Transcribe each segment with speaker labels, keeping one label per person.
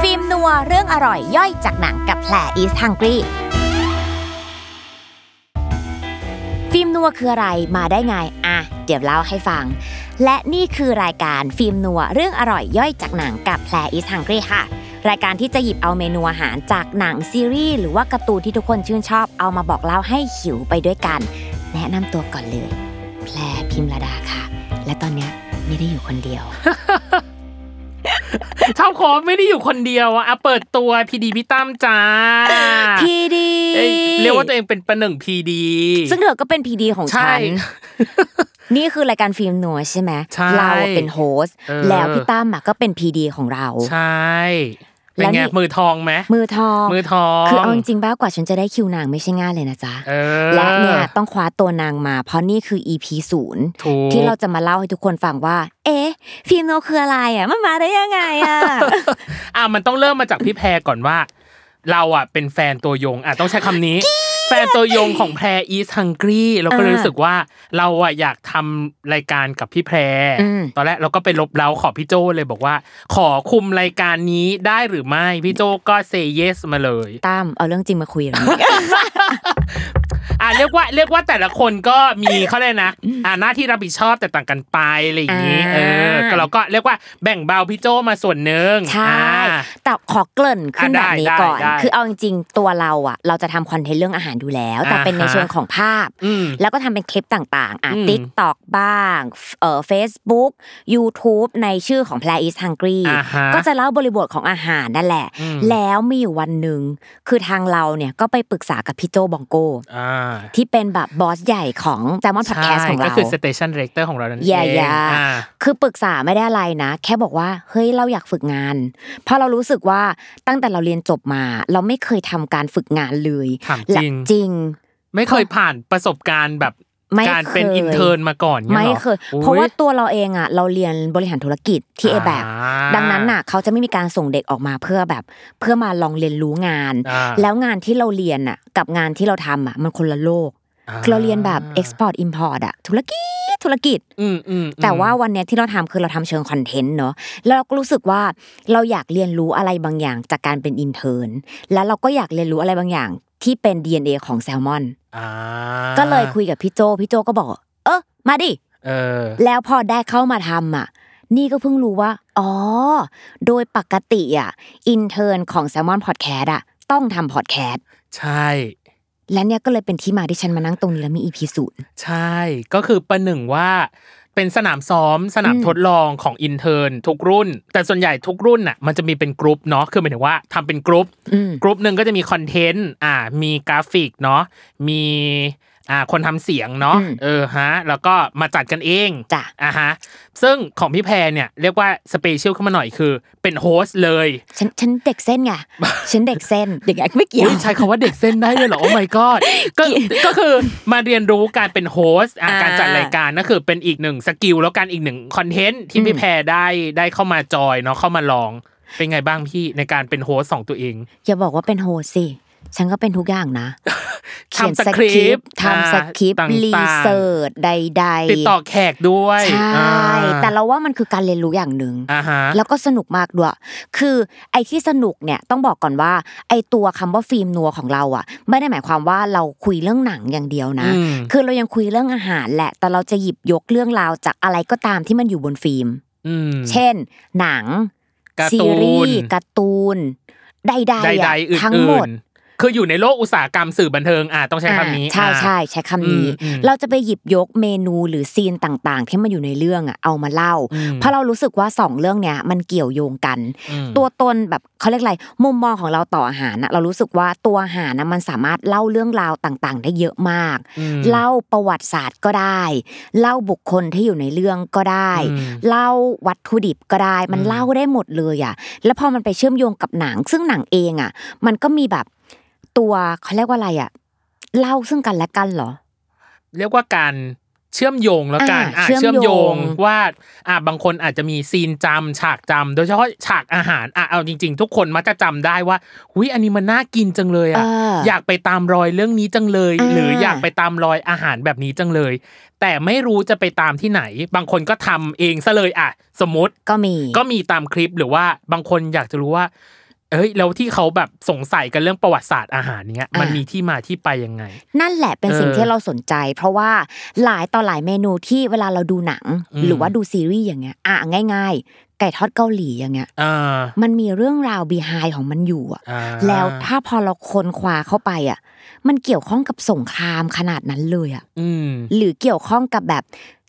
Speaker 1: ฟิล์มนัวเรื่องอร่อยย่อยจากหนังกับแผลอีสทังกี้ฟิล์มนัวคืออะไรมาได้ไงอ่ะเดี๋ยวเล่าให้ฟัง และนี่คือรายการฟิล์มนัวเรื่องอร่อยย่อยจากหนังกับแผลอีสทังกี้ค่ะ รายการที่จะหยิบเอาเมนูอาหารจากหนังซีรีส์หรือว่าการ์ตูนที่ทุกคนชื่นชอบเอามาบอกเล่าให้หิวไปด้วยกัน แนะนำตัวก่อนเลย แพรพิมรดาค่ะ และตอนเนี้ยไม่ได้อยู่คนเดียว
Speaker 2: ชอบโค้ไม่ได้อยู่คนเดียวอะอ่ะเปิดตัวพีดีพี่ตั้มจ้า
Speaker 1: พี่ดี
Speaker 2: เอ้ยเรียกว่าตัวเองเป็นประหนึ่งพีดี
Speaker 1: ซึ่งเธอก็เป็นพีดีของ
Speaker 2: ใช่
Speaker 1: ฉัน นี่คือรายการฟิล์มนัวใช่ไหม
Speaker 2: ใช่
Speaker 1: เราเป็นโฮสต์
Speaker 2: เออ
Speaker 1: แล้วพี่ตั้มอะก็เป็นพีดีของเรา
Speaker 2: ใช่เป็น
Speaker 1: แล้วนี่
Speaker 2: ไงมือทองไหม
Speaker 1: มือทอง
Speaker 2: มือทอง
Speaker 1: คือเอาจริงๆบ้ากว่าฉันจะได้คิวนางไม่ใช่ง่ายเลยนะจ๊ะ
Speaker 2: เออ
Speaker 1: และเนี่ยต้องคว้าตัวนางมา เพราะนี่คือ EP ศูนย์
Speaker 2: ถูก
Speaker 1: ที่เราจะมาเล่าให้ทุกคนฟังว่า เอ๊ะ ฟิล์มโนคืออะไรอ่ะมันมาได้ยังไง อ่ะ
Speaker 2: อ่ะมันต้องเริ่มมาจากพี่แพรก่อนว่า เราอ่ะเป็นแฟนตัวยงอ่ะต้องใช้คำ นี้ แฟนตัวยงของแพรอีสฮังกี้เราก็เลย
Speaker 1: อ่า
Speaker 2: รู้สึกว่าเราอ่ะอยากทำรายการกับพี่แพร
Speaker 1: อืม
Speaker 2: ตอนแรกเราก็ไปลบเล้าขอพี่โจเลยบอกว่า ขอคุมรายการนี้ได้หรือไม่พี่โจก็เซเยสมาเลย
Speaker 1: ตั้มเอาเรื่องจริงมาคุยเหรอ
Speaker 2: อ่ะเรียกว่าเรียกว่าแต่ละคนก็มีเขาเลยกนะอ่าหน้าที่รับผิดชอบแต่ต่างกันไปอะไรอย่างนี้
Speaker 1: อ่า
Speaker 2: เออก็เราก็เรียกว่าแบ่งเบาพี่โจมาส่วนหนึ่ง
Speaker 1: ใช่
Speaker 2: อ่า
Speaker 1: แต่ขอเกริ่นขึ้น
Speaker 2: อ่ะ
Speaker 1: แบบนี้ก่อน
Speaker 2: ได้ได้
Speaker 1: คือเอาจริงๆตัวเราอ่ะ เราจะทำคอนเทนต์เรื่องอาหารอยู่แล้ว แต่เป็นใน
Speaker 2: อ่าฮะ
Speaker 1: เชิงของภาพ
Speaker 2: อืม
Speaker 1: แล้วก็ทำเป็นคลิปต่างๆ อ่ะ
Speaker 2: อืม
Speaker 1: ติ๊กตอกบ้าง เอ่อ Facebook YouTube ในชื่อของ Play is Hungry
Speaker 2: อ่าฮะ
Speaker 1: ก็จะเล่าบริบทของอาหารนั่นแหละ
Speaker 2: อืม
Speaker 1: แล้วมีอยู่วันหนึ่ง คือทางเราเนี่ยก็ไปปรึกษากับพี่โจบองโก
Speaker 2: อ่า
Speaker 1: ที่เป็นแบบบอสใหญ่ของ s ซ l m o n Podcast
Speaker 2: ใช่
Speaker 1: ของเรา
Speaker 2: ก็คือสเตชันเรคเตอร์ของเรานั่นเอง
Speaker 1: อย่าอย่า
Speaker 2: อ่า
Speaker 1: คือปรึกษาไม่ได้อะไรนะ แค่บอกว่า เฮ้ย เราอยากฝึกงาน เพราะเรารู้สึกว่าตั้งแต่เราเรียนจบมา เราไม่เคยทำการฝึกงานเลย
Speaker 2: ถาม
Speaker 1: และ
Speaker 2: จริง
Speaker 1: จริง
Speaker 2: ไม่เคยผ่านประสบการณ์แบบ
Speaker 1: ไม่
Speaker 2: การ
Speaker 1: เคย
Speaker 2: เป็นอินเทอร์มาก่อนงี้หรอ
Speaker 1: ไม่เคย
Speaker 2: อุ๊
Speaker 1: เพราะว่าตัวเราเองอ่ะ เราเรียนบริหารธุรกิจที่เอแบบ
Speaker 2: อ่า
Speaker 1: ดังนั้นน่ะ เขาจะไม่มีการส่งเด็กออกมาเพื่อแบบ เพื่อมาลองเรียนรู้งาน
Speaker 2: อ่า
Speaker 1: แล้วงานที่เราเรียนน่ะ กับงานที่เราทำอ่ะมันคนละโลกคือเราเรียนแบบ export import อ่ะธุรกิจธุรกิจ
Speaker 2: อืมอืมอืม
Speaker 1: แต่ว่าวันเนี้ยที่เราทำคือเราทำเชิงคอนเทนต์เนาะแล้วเราก็รู้สึกว่าเราอยากเรียนรู้อะไรบางอย่างจากการเป็นอินเทอร์นแล้วเราก็อยากเรียนรู้อะไรบางอย่างที่เป็น DNA ของแซลมอน
Speaker 2: อ่า
Speaker 1: ก็เลยคุยกับพี่โจพี่โจก็บอก เออมาดิ
Speaker 2: เออ
Speaker 1: แล้วพอได้เข้ามาทำอ่ะ นี่ก็เพิ่งรู้ว่า อ๋อ โดยปกติอ่ะอินเทอร์นของแซลมอนพอดแคสต์อ่ะต้องทำพอดแคสต์
Speaker 2: ใช่
Speaker 1: และเนี่ยก็เลยเป็นที่มาที่ฉันมานั่งตรงนี้แล้วมีอีพีศูนย์
Speaker 2: ใช่ ก็คือประหนึ่งว่าเป็นสนามซ้อมสนาม
Speaker 1: อืม
Speaker 2: ทดลองของอินเทอร์นทุกรุ่น แต่ส่วนใหญ่ทุกรุ่นน่ะมันจะมีเป็นกรุ๊ปเนาะคือหมายถึงว่าทำเป็นกรุ๊ป
Speaker 1: อืม
Speaker 2: กรุ๊ปหนึ่งก็จะมีคอนเทนต์อ่ามีกราฟิกเนาะมีอ่าคนทำเสียงเนาะ
Speaker 1: อืม
Speaker 2: เออฮะแล้วก็มาจัดกันเอง
Speaker 1: จ้ะ
Speaker 2: อ่ะฮะซึ่งของพี่แพรเนี่ยเรียกว่าสเปเชียลขึ้นมาหน่อยคือเป็นโฮสต์เลย
Speaker 1: ฉันฉันเด็กเส้นไง ฉันเด็กเส้นเด็กแอคไม่เกี่ยว
Speaker 2: อุ๊ยใช้คำว่าเด็กเส้นได้เลยเหรอ โอ้ my god ก็ก็คือมาเรียนรู้การเป็นโฮสต์อ่ะ
Speaker 1: อ่า
Speaker 2: การจัดรายการนั่นคือเป็นอีกหนึ่งสกิลแล้วการอีกหนึ่งคอนเทนต์ที่พี่แพรได้ได้เข้ามาจอยเนาะเข้ามาลองเป็นไงบ้างพี่ในการเป็นโฮสต์ของตัวเอง
Speaker 1: อย่าบอกว่าเป็นโฮสต์สิ ฉันก็เป็นทุกอย่างนะ
Speaker 2: ทำ
Speaker 1: ขียนส
Speaker 2: ทำสค
Speaker 1: ค
Speaker 2: ริ
Speaker 1: ริ
Speaker 2: ป
Speaker 1: ป
Speaker 2: ต์
Speaker 1: ต์ทำสคริปต์
Speaker 2: อ่าต่างๆ
Speaker 1: รีเสิร์ชใดๆ
Speaker 2: ติดต่อแขกด้วย
Speaker 1: ใช่
Speaker 2: อ่า
Speaker 1: แต่เราว่ามันคือการเรียนรู้อย่างหนึ่ง
Speaker 2: อ่าฮะ
Speaker 1: แล้วก็สนุกมากด้วย คือไอ้ที่สนุกเนี่ยต้องบอกก่อนว่า ไอ้ตัวคำว่าฟิล์มนัวของเราอ่ะ ไม่ได้หมายความว่าเราคุยเรื่องหนังอย่างเดียวนะ
Speaker 2: อืม
Speaker 1: คือเรายังคุยเรื่องอาหารแหละ แต่เราจะหยิบยกเรื่องราวจากอะไรก็ตามที่มันอยู่บนฟิล์ม
Speaker 2: อืม
Speaker 1: เช่น หนัง
Speaker 2: การ์
Speaker 1: ซี
Speaker 2: ตูน
Speaker 1: รีส์การ์ตูน ใดๆ
Speaker 2: ใด
Speaker 1: อะ
Speaker 2: ๆอื่น
Speaker 1: ทั้งหมด
Speaker 2: ๆคืออยู่ในโลกอุตสาหกรรมสื่อบันเทิงอ่ะต้องใช้คำนี้
Speaker 1: อ่าใช่
Speaker 2: อ่ะ
Speaker 1: ใช่ใช้คำนี้
Speaker 2: อืมอืม
Speaker 1: เราจะไปหยิบยกเมนูหรือซีนต่างๆ ที่มันอยู่ในเรื่องอ่ะเอามาเล่า
Speaker 2: อืม
Speaker 1: เพราะเรารู้สึกว่าสองเรื่องเนี้ยมันเกี่ยวโยงกัน
Speaker 2: อืม
Speaker 1: ตัวตนแบบเขาเรียกอะไรมุมมองของเราต่ออาหารนะเรารู้สึกว่าตัวอาหารนะมันสามารถเล่าเรื่องราวต่างๆ ได้เยอะมาก
Speaker 2: อืม
Speaker 1: เล่าประวัติศาสตร์ก็ได้ เล่าบุคคลที่อยู่ในเรื่องก็ได้
Speaker 2: อืม
Speaker 1: เล่าวัตถุดิบก็ได้มันเล่าได้หมดเลยอ่ะแล้วพอมันไปเชื่อมโยงกับหนัง ซึ่งหนังเองอ่ะ มันก็มีแบบตัวเขาเรียกว่าอะไรอ่ะเล่าซึ่งกันและกันเหรอ
Speaker 2: เรียกว่าการเชื่อมโยงแล้วกัน
Speaker 1: อ่า
Speaker 2: อ่ะ
Speaker 1: เชื่อม
Speaker 2: เชื่อมโยง
Speaker 1: โยง
Speaker 2: ว่าอ่ะบางคนอาจจะมีซีนจำฉากจำโดยเฉพาะฉากอาหารอ่ะเอาจริง ๆ ทุกคนมักจะจำได้ว่าหุยอันนี้มันน่ากินจังเลย
Speaker 1: เอ
Speaker 2: อ่ะ
Speaker 1: อ
Speaker 2: อ
Speaker 1: อ
Speaker 2: ยากไปตามรอยเรื่องนี้จังเลย
Speaker 1: อ่า
Speaker 2: หรืออยากไปตามรอยอาหารแบบนี้จังเลย แต่ไม่รู้จะไปตามที่ไหน บางคนก็ทำเองซะเลยอ่ะ สมมติ
Speaker 1: ก็มี
Speaker 2: ก็มีตามคลิปหรือว่าบางคนอยากจะรู้ว่า เอ้ยแล้วที่เขาแบบสงสัยกันเรื่องประวัติศาสตร์อาหารเนี้ยมันมีที่มาที่ไปยังไง
Speaker 1: นั่นแหละเป็น
Speaker 2: เออ
Speaker 1: สิ่งที่เราสนใจ เพราะว่าหลายต่อหลายเมนูที่เวลาเราดูหนัง
Speaker 2: อืม
Speaker 1: หรือว่าดูซีรีส์อย่างเงี้ยอ่ะง่าย ๆ ไก่ทอดเกาหลีอย่างเงี้ย
Speaker 2: อ่า
Speaker 1: มันมีเรื่องราวบีไฮของมันอยู่อะ
Speaker 2: อ่า
Speaker 1: แล้วถ้าพอเราค้นคว้าเข้าไปอ่ะ มันเกี่ยวข้องกับสงครามขนาดนั้นเลยอ่ะ
Speaker 2: อืม
Speaker 1: หรือเกี่ยวข้องกับแบบ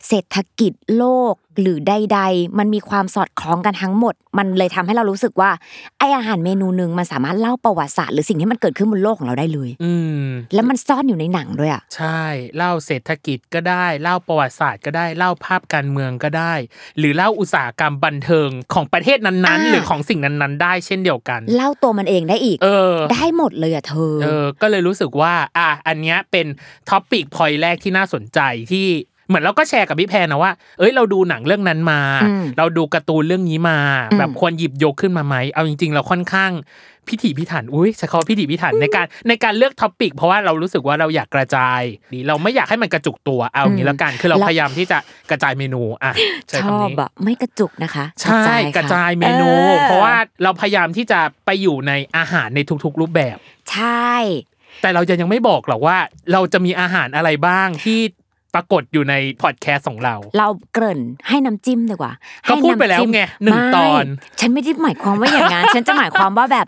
Speaker 1: เศรษฐกิจโลกหรือใด ๆ มันมีความสอดคล้องกันทั้งหมด มันเลยทำให้เรารู้สึกว่าไออาหารเมนูหนึ่งมันสามารถเล่าประวัติศาสตร์หรือสิ่งที่มันเกิดขึ้นบนโลกของเราได้เลย
Speaker 2: อืม
Speaker 1: แล้วมันซ่อนอยู่ในหนังด้วยอ่ะ
Speaker 2: ใช่ เล่าเศรษฐกิจก็ได้ เล่าประวัติศาสตร์ก็ได้ เล่าภาพการเมืองก็ได้ หรือเล่าอุตสาหกรรมบันเทิงของประเทศนั้น
Speaker 1: อ่า
Speaker 2: ๆ หรือของสิ่งนั้นๆ ได้เช่นเดียวกัน
Speaker 1: เล่าตัวมันเองได้อีก
Speaker 2: เออ
Speaker 1: ได้หมดเลยอ่ะเธอ
Speaker 2: เออ ก็เลยรู้สึกว่า อ่ะ อันเนี้ยเป็นท็อปิกพอยแรกที่น่าสนใจที่เหมือนเราก็แชร์กับพี่แพรนะว่า เอ้ย เราดูหนังเรื่องนั้นมา
Speaker 1: อืม
Speaker 2: เราดูการ์ตูนเรื่องนี้มา
Speaker 1: อืม
Speaker 2: แบบควรหยิบยกขึ้นมาไหม เอาจริง ๆ เราค่อนข้างพิถีพิถัน อุ้ยใช้คำว่าพิถีพิถันในการในการเลือกท็อปิกเพราะว่าเรารู้สึกว่าเราอยากกระจายดีเราไม่อยากให้มันกระจุกตัว เอาอย่างนี้แล้วกัน คือเราพยายามที่จะกระจายเมนู อ่ะใช้
Speaker 1: ช
Speaker 2: คำ
Speaker 1: อ
Speaker 2: นี้
Speaker 1: บอ่ะไม่กระจุกนะคะ
Speaker 2: ใช่ก
Speaker 1: ค่
Speaker 2: ระจายเมนู
Speaker 1: ออ
Speaker 2: เพราะว่าเราพยายามที่จะไปอยู่ในอาหารในทุกๆ รูปแบบ
Speaker 1: ใช่
Speaker 2: แต่เรายังยังไม่บอกหรอกว่าเราจะมีอาหารอะไรบ้างที่ปรากฏอยู่ในพอดแคสต์ของเรา
Speaker 1: เราเกริ่นให้น้ำจิ้มดีกว่า
Speaker 2: ก็
Speaker 1: ให้
Speaker 2: พูดไปแล้ว
Speaker 1: น้ำจิ้ม
Speaker 2: ไงหนึ่ง
Speaker 1: ม่
Speaker 2: ตอน
Speaker 1: ฉันไม่ได้หมายความว่าอย่างนั้น ฉันจะหมายความว่าแบบ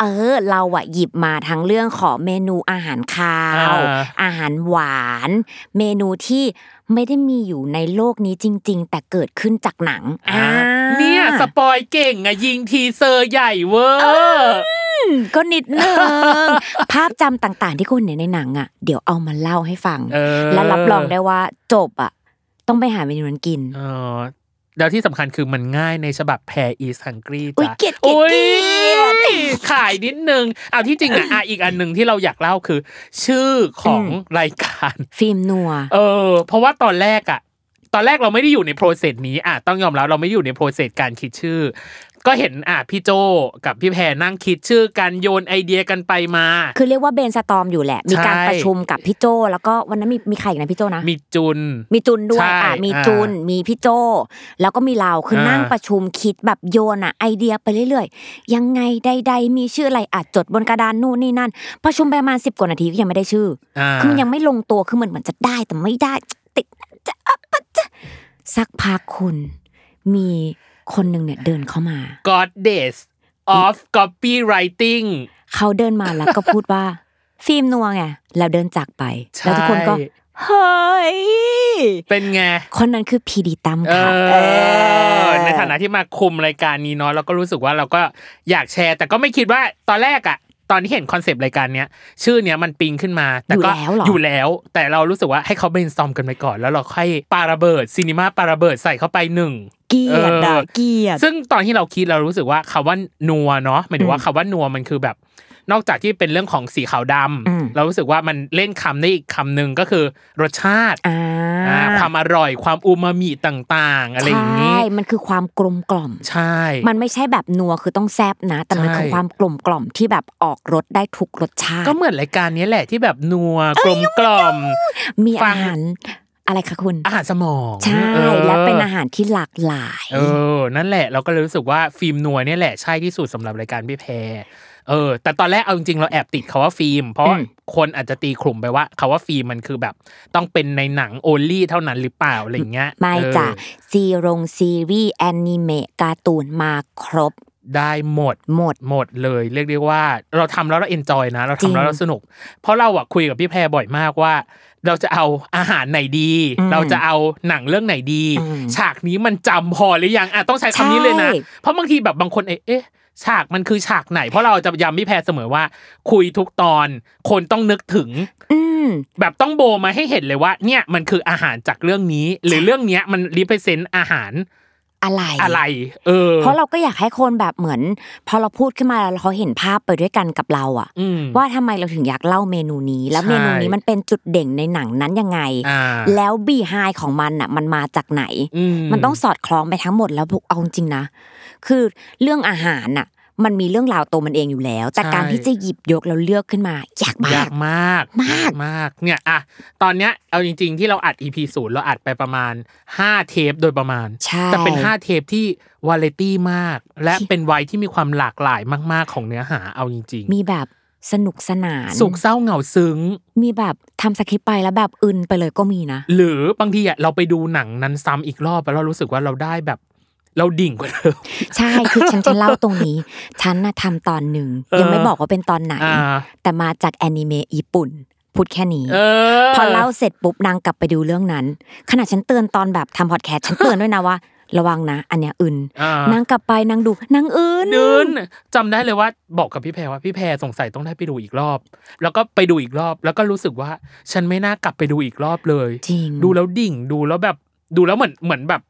Speaker 1: เออ เราอ่ะหยิบมาทั้งเรื่องของเมนูอาหารคาว
Speaker 2: อ่า
Speaker 1: อาหารหวาน เมนูที่ไม่ได้มีอยู่ในโลกนี้จริง ๆ แต่เกิดขึ้นจากหนังอ่า
Speaker 2: เนี่ยสปอยเก่งอะยิงทีเซอร์ใหญ่เวอร์
Speaker 1: อืมก็นิดนึง ภาพจำต่างๆ ที่คุณเห็นในหนังอ่ะเดี๋ยวเอามาเล่าให้ฟัง
Speaker 2: เออ
Speaker 1: และรับรองได้ว่าจบอ่ะ ต้องไปหาเมนูนั้นกิน
Speaker 2: เออแล้วที่สำคัญคือมันง่ายในฉบับแพรอีสังกรี
Speaker 1: อุ๊ย
Speaker 2: จ้ะ
Speaker 1: เกลียดเกลียดเกลียด
Speaker 2: อุ๊ยขายนิดนึงเอาที่จริงอะอ่ะอีกอันหนึ่งที่เราอยากเล่าคือ ชื่อของรายการ
Speaker 1: ฟิล์มนัว
Speaker 2: เออเพราะว่าตอนแรกอะตอนแรกเราไม่ได้อยู่ในโปรเซสนี้อ่ะต้องยอมรับเราไม่ได้อยู่ในโปรเซสการคิดชื่อ ก็เห็นอ่ะพี่โจกับพี่แพรนั่งคิดชื่อกันโยนไอเดียกันไปมา
Speaker 1: คือเรียกว่าเบนสตอมอยู่แหละ มีการ
Speaker 2: ใช่
Speaker 1: ประชุมกับพี่โจ แล้วก็วันนั้นมีมีใครอีกนะพี่โจนะ
Speaker 2: มีจุน
Speaker 1: มีจุนด้วย
Speaker 2: ใช่
Speaker 1: อ่ะ มี
Speaker 2: อ่า
Speaker 1: จุน มีพี่โจ แล้วก็มีเรา คืออา
Speaker 2: นั่
Speaker 1: นั่งประชุมคิดแบบโยนอ่ะไอเดียไปเรื่อยๆ ยังไงใดๆ มีชื่ออะไรอ่ะจดบนกระดานนู่นนี่นั่น ประชุมไปประมาณสิบกว่านาทีก็ยังไม่ได้ชื่ออา คือมันยังไม่ลงตัว คือมันเหมือนจะได้แต่ไม่ได้ ติดจะอ่ะปะจะสักพักคุณ มีคนหนึ่งเนี่ยเดินเข้ามา
Speaker 2: God Days of Copywriting
Speaker 1: เขาเดินมาแล้วก็พูดว่า ฟิล์มนัวไงแล้วเดินจากไป
Speaker 2: ใช่
Speaker 1: แล้วทุกคนก็เฮ้ย
Speaker 2: เป็นไง
Speaker 1: คนนั้นคือพีดีตั้ม
Speaker 2: เอ
Speaker 1: ค่ะ
Speaker 2: อ ในฐานะที่มาคุมรายการนี้เนาะเราก็รู้สึกว่าเราก็อยากแชร์ แต่ก็ไม่คิดว่าตอนแรกอะตอนที่เห็นคอนเซปต์รายการเนี้ยชื่อเนี้ยมันปิงขึ้นมา แต่ก็
Speaker 1: อยู่แล้วเหรอ
Speaker 2: อ
Speaker 1: อยู่
Speaker 2: แล้ว แต่เรารู้สึกว่าให้เขา brainstorm กันไปก่อน แล้วเราค่อยปาระเบิดซีนีมาปาระเบิดใส่เข้าไปหนึ่ง
Speaker 1: เกลียด
Speaker 2: เอ
Speaker 1: ด่า
Speaker 2: อ
Speaker 1: เกลียด
Speaker 2: ซึ่งตอนที่เราคิดเรารู้สึกว่าคำว่านัวเนาะหมายถึงว่าคำว่านัวมันคือแบบ นอกจากที่เป็นเรื่องของสีขาวด
Speaker 1: อืม
Speaker 2: ำเรารู้สึกว่ามันเล่นคำได้อีกคำหนึ่งก็คือรสชาติ
Speaker 1: อ่า
Speaker 2: อ่าความอร่อยความอูมามิต่างๆ อะไรอย่างนี้
Speaker 1: ใช่มันคือความกลมกล่อม
Speaker 2: ใช่
Speaker 1: มันไม่ใช่แบบนัวคือต้องแซบนะ แต่มันคือความกลมกล่อมที่แบบออกรสได้ทุกรสชาติ
Speaker 2: ก็เหมือนรายการนี้แหละที่แบบนัวกลมกล่อม
Speaker 1: มี
Speaker 2: ฟั
Speaker 1: อาง หารอะไรคะคุณ
Speaker 2: อาหารสมอง
Speaker 1: ใช่
Speaker 2: ออ
Speaker 1: และเป็นอาหารที่หลากหลาย
Speaker 2: เออ นั่นแหละเราก็เลยรู้สึกว่าฟิล์มนัวเนี่ยแหละใช่ที่สุดสำหรับรายการพี่แพรเออ แต่ตอนแรกเอาจริงๆเราแอบติดคาว่าฟิล์ม เพราะ
Speaker 1: อืม
Speaker 2: คนอาจจะตีขลุ่มไปว่าคาว่าฟิล์มมันคือแบบ ต้องเป็นในหนังโอลี่เท่านั้นหรือเปล่าอะไรอย่างเงี้ย
Speaker 1: ไม่
Speaker 2: เออ
Speaker 1: จ้ะซีรงซีรีส์แอนิเมะการ์ตูนมาครบ
Speaker 2: ได้หมด
Speaker 1: หมด
Speaker 2: หมดเลยเรียกได้ว่าเราทำแล้วเราเอนจอยนะ เรา
Speaker 1: จริง
Speaker 2: ทำแล้วเราสนุก เพราะเราอะคุยกับพี่แพรบ่อยมากว่า เราจะเอาอาหารไหนดี
Speaker 1: อืม
Speaker 2: เราจะเอาหนังเรื่องไหนดี
Speaker 1: อืม
Speaker 2: ฉากนี้มันจำพอหรือยังอ่ะต้องใช้คำนี้เลยนะ
Speaker 1: ใช่
Speaker 2: เพราะบางทีแบบบางคนเอ๊ะเอ๊ะฉากมันคือฉากไหน เพราะเราจะย้ำพี่แพรเสมอว่า คุยทุกตอน คนต้องนึกถึง
Speaker 1: อืม
Speaker 2: แบบต้องโบมาให้เห็นเลยว่า เนี่ยมันคืออาหารจากเรื่องนี้ หรือเรื่องเนี้ยมันรีเพซเซนต์อาหาร
Speaker 1: อะไร
Speaker 2: อะไร เออ
Speaker 1: เพราะเราก็อยากให้คนแบบเหมือน พอเราพูดขึ้นมาแล้วเขาเห็นภาพไปด้วยกันกับเราอะ
Speaker 2: อืม
Speaker 1: ว่าทำไมเราถึงอยากเล่าเมนูนี้ แล้ว
Speaker 2: ใช่
Speaker 1: เมนูนี้มันเป็นจุดเด่นในหนังนั้นยังไง
Speaker 2: อ่า
Speaker 1: แล้วบีไฮของมันอะมันมาจากไหน
Speaker 2: อื
Speaker 1: มันต้องสอดคล้องไปทั้งหมดแล้วเอาจริงๆนะ คือเรื่องอาหารน่ะ มันมีเรื่องราวตัวมันเองอยู่แล้ว แต่
Speaker 2: ใช่
Speaker 1: การที่จะหยิบยกแล้วเลือกขึ้นมายากมาย
Speaker 2: าก กมาก
Speaker 1: มาก
Speaker 2: ยมากเนี่ยอะตอนเนี้ยเอาจริง ๆ ที่เราอัด EP ศูนย์เราอัดไปประมาณ 5 เทปโดยประมาณ
Speaker 1: ใช่
Speaker 2: แต่เป็น 5 เทปที่วาเลตี้มาก และเป็นวัยที่มีความหลากหลายมาก ๆ ของเนื้อหาเอาจริง
Speaker 1: มีแบบสนุกสนาน
Speaker 2: ๆสุขเศร้าเหงาซึ้ง
Speaker 1: มีแบบทำสคริปต์ไปแล้วแบบอึนไปเลยก็มีนะ
Speaker 2: หรือบางทีอะเราไปดูหนังนั้นซ้ำอีกรอบแล้วเรารู้สึกว่าเราได้แบบ เราดิ่งกว่าเดิม
Speaker 1: ใช่คือฉันจะเล่าตรง นี้ ฉันน่ะทำตอนหนึ่ง
Speaker 2: เออ
Speaker 1: ยังไม่บอกว่าเป็นตอนไหน
Speaker 2: อ่า
Speaker 1: แต่มาจากแอนิเมะญี่ปุ่น พูดแค่นี้
Speaker 2: เออ
Speaker 1: พอเล่าเสร็จปุ๊บนางกลับไปดูเรื่องนั้น ขณะฉันเตือนตอนแบบทำพอดแคสต์ฉันเตือนด้วยนะว่า ระวังนะ อันเนี้ยอึน
Speaker 2: อ่าน
Speaker 1: างกลับไปนางดูนางอื่น
Speaker 2: เดินจำได้เลยว่าบอกกับพี่แพรว่าพี่แพรสงสัยต้องได้ไปดูอีกรอบ แล้วก็ไปดูอีกรอบ แล้วก็รู้สึกว่า ฉันไม่น่ากลับไปดูอีกรอบเลย
Speaker 1: จริง
Speaker 2: ดูแล้วดิ่งดูแล้วแบบดูแล้วเหมือนเหมือนแบบ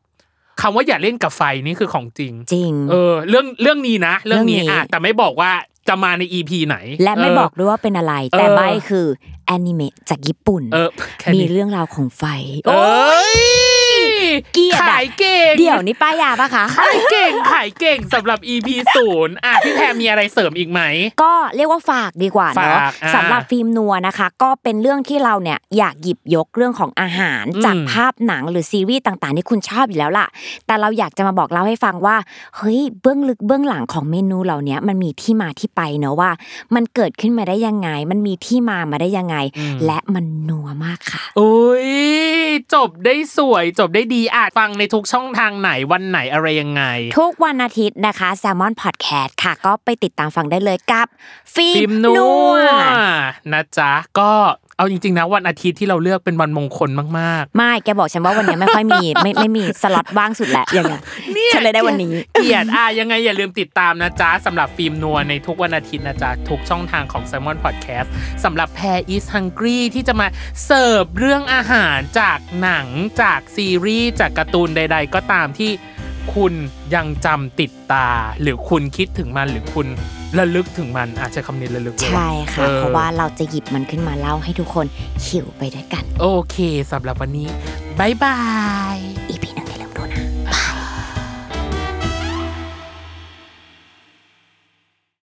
Speaker 2: คำว่าอย่าเล่นกับไฟนี่คือของจริง
Speaker 1: จริง
Speaker 2: เออ เรื่องเรื่องนี้นะ เรื่องนี้
Speaker 1: เรื่องนี้
Speaker 2: อ่ะแต่ไม่บอกว่าจะมาในอีพีไหน
Speaker 1: และไม่
Speaker 2: เ
Speaker 1: บอกด้วยว่าเป็นอะไร
Speaker 2: เออ
Speaker 1: แต่ใบคือแอนิเมะจากญี่ปุ่น
Speaker 2: เออแค่
Speaker 1: มี
Speaker 2: นี้
Speaker 1: เรื่องราวของไฟ
Speaker 2: เอ
Speaker 1: โอ้
Speaker 2: ้ย
Speaker 1: เกลียดอะ
Speaker 2: ขายเก่ง
Speaker 1: เดี๋ยวนี้ป้ายยาปะคะ
Speaker 2: ขายเก่งขายเก่งสำหรับ EP ศูนย์อ่ะพี่แพรมีอะไรเสริมอีกไหม
Speaker 1: ก็เรียกว่าฝากดีกว่าเนาะ
Speaker 2: ฝากอ่า
Speaker 1: สำหรับฟิล์มนัวนะคะ ก็เป็นเรื่องที่เราเนี่ยอยากหยิบยกเรื่องของอาหาร
Speaker 2: อืม
Speaker 1: จากภาพหนังหรือซีรีส์ต่างๆ ที่คุณชอบอยู่แล้วล่ะ แต่เราอยากจะมาบอกเล่าให้ฟังว่าเฮ้ยเบื้องลึกเบื้องหลังของเมนูเหล่านี้มันมีที่มาที่ไปเนาะว่า มันเกิดขึ้นมาได้ยังไง มันมีที่มามาได้ยังไง
Speaker 2: อืม
Speaker 1: และมันนัวมากค่ะ
Speaker 2: อุ้ยจบได้สวยจบได้ดีอ่ะฟังในทุกช่องทางไหนวันไหนอะไรยังไง
Speaker 1: ทุกวันอาทิตย์นะคะ s ซ l m o n Podcast ค่ะ ก็ไปติดตามฟังได้เลยกับฟิล์
Speaker 2: ฟิล์
Speaker 1: ม
Speaker 2: มนั
Speaker 1: นั
Speaker 2: ว
Speaker 1: ว
Speaker 2: นะจ๊ะ ก็เอาจริง ๆ นะวันอาทิตย์ที่เราเลือกเป็นวันมงคลมากๆ
Speaker 1: ไม่แกบอกฉันว่าวันนี้ไม่ค่อย มีไม่ไม่มีสล็อตว่างสุดแล้วอย่างเงี้ย
Speaker 2: เนี่ย
Speaker 1: ฉันเลยได้วันนี้
Speaker 2: เกลียดอ่ะยังไงอย่าลืมติดตามนะจ๊ะสำหรับฟิล์มนัวในทุกวันอาทิตย์นะจ๊ะ ทุกช่องทางของ s ซ l m o n Podcast สำหรับแพร is hungry ที่จะมาเสิร์ฟเรื่องอาหารจากหนังจากซีรีส์จากการ์ตูนใด ๆ ก็ตามที่คุณยังจำติดตา หรือคุณคิดถึงมันหรือคุณระลึกถึงมันอาจจะใช้คำนี้ระลึกเลย
Speaker 1: ใช่ค่ะ
Speaker 2: ออ
Speaker 1: เพราะว่าเราจะหยิบมันขึ้นมาเล่าให้ทุกคนหิวไปด้วยกัน
Speaker 2: โอเคสำหรับวันนี้ บ๊ายบาย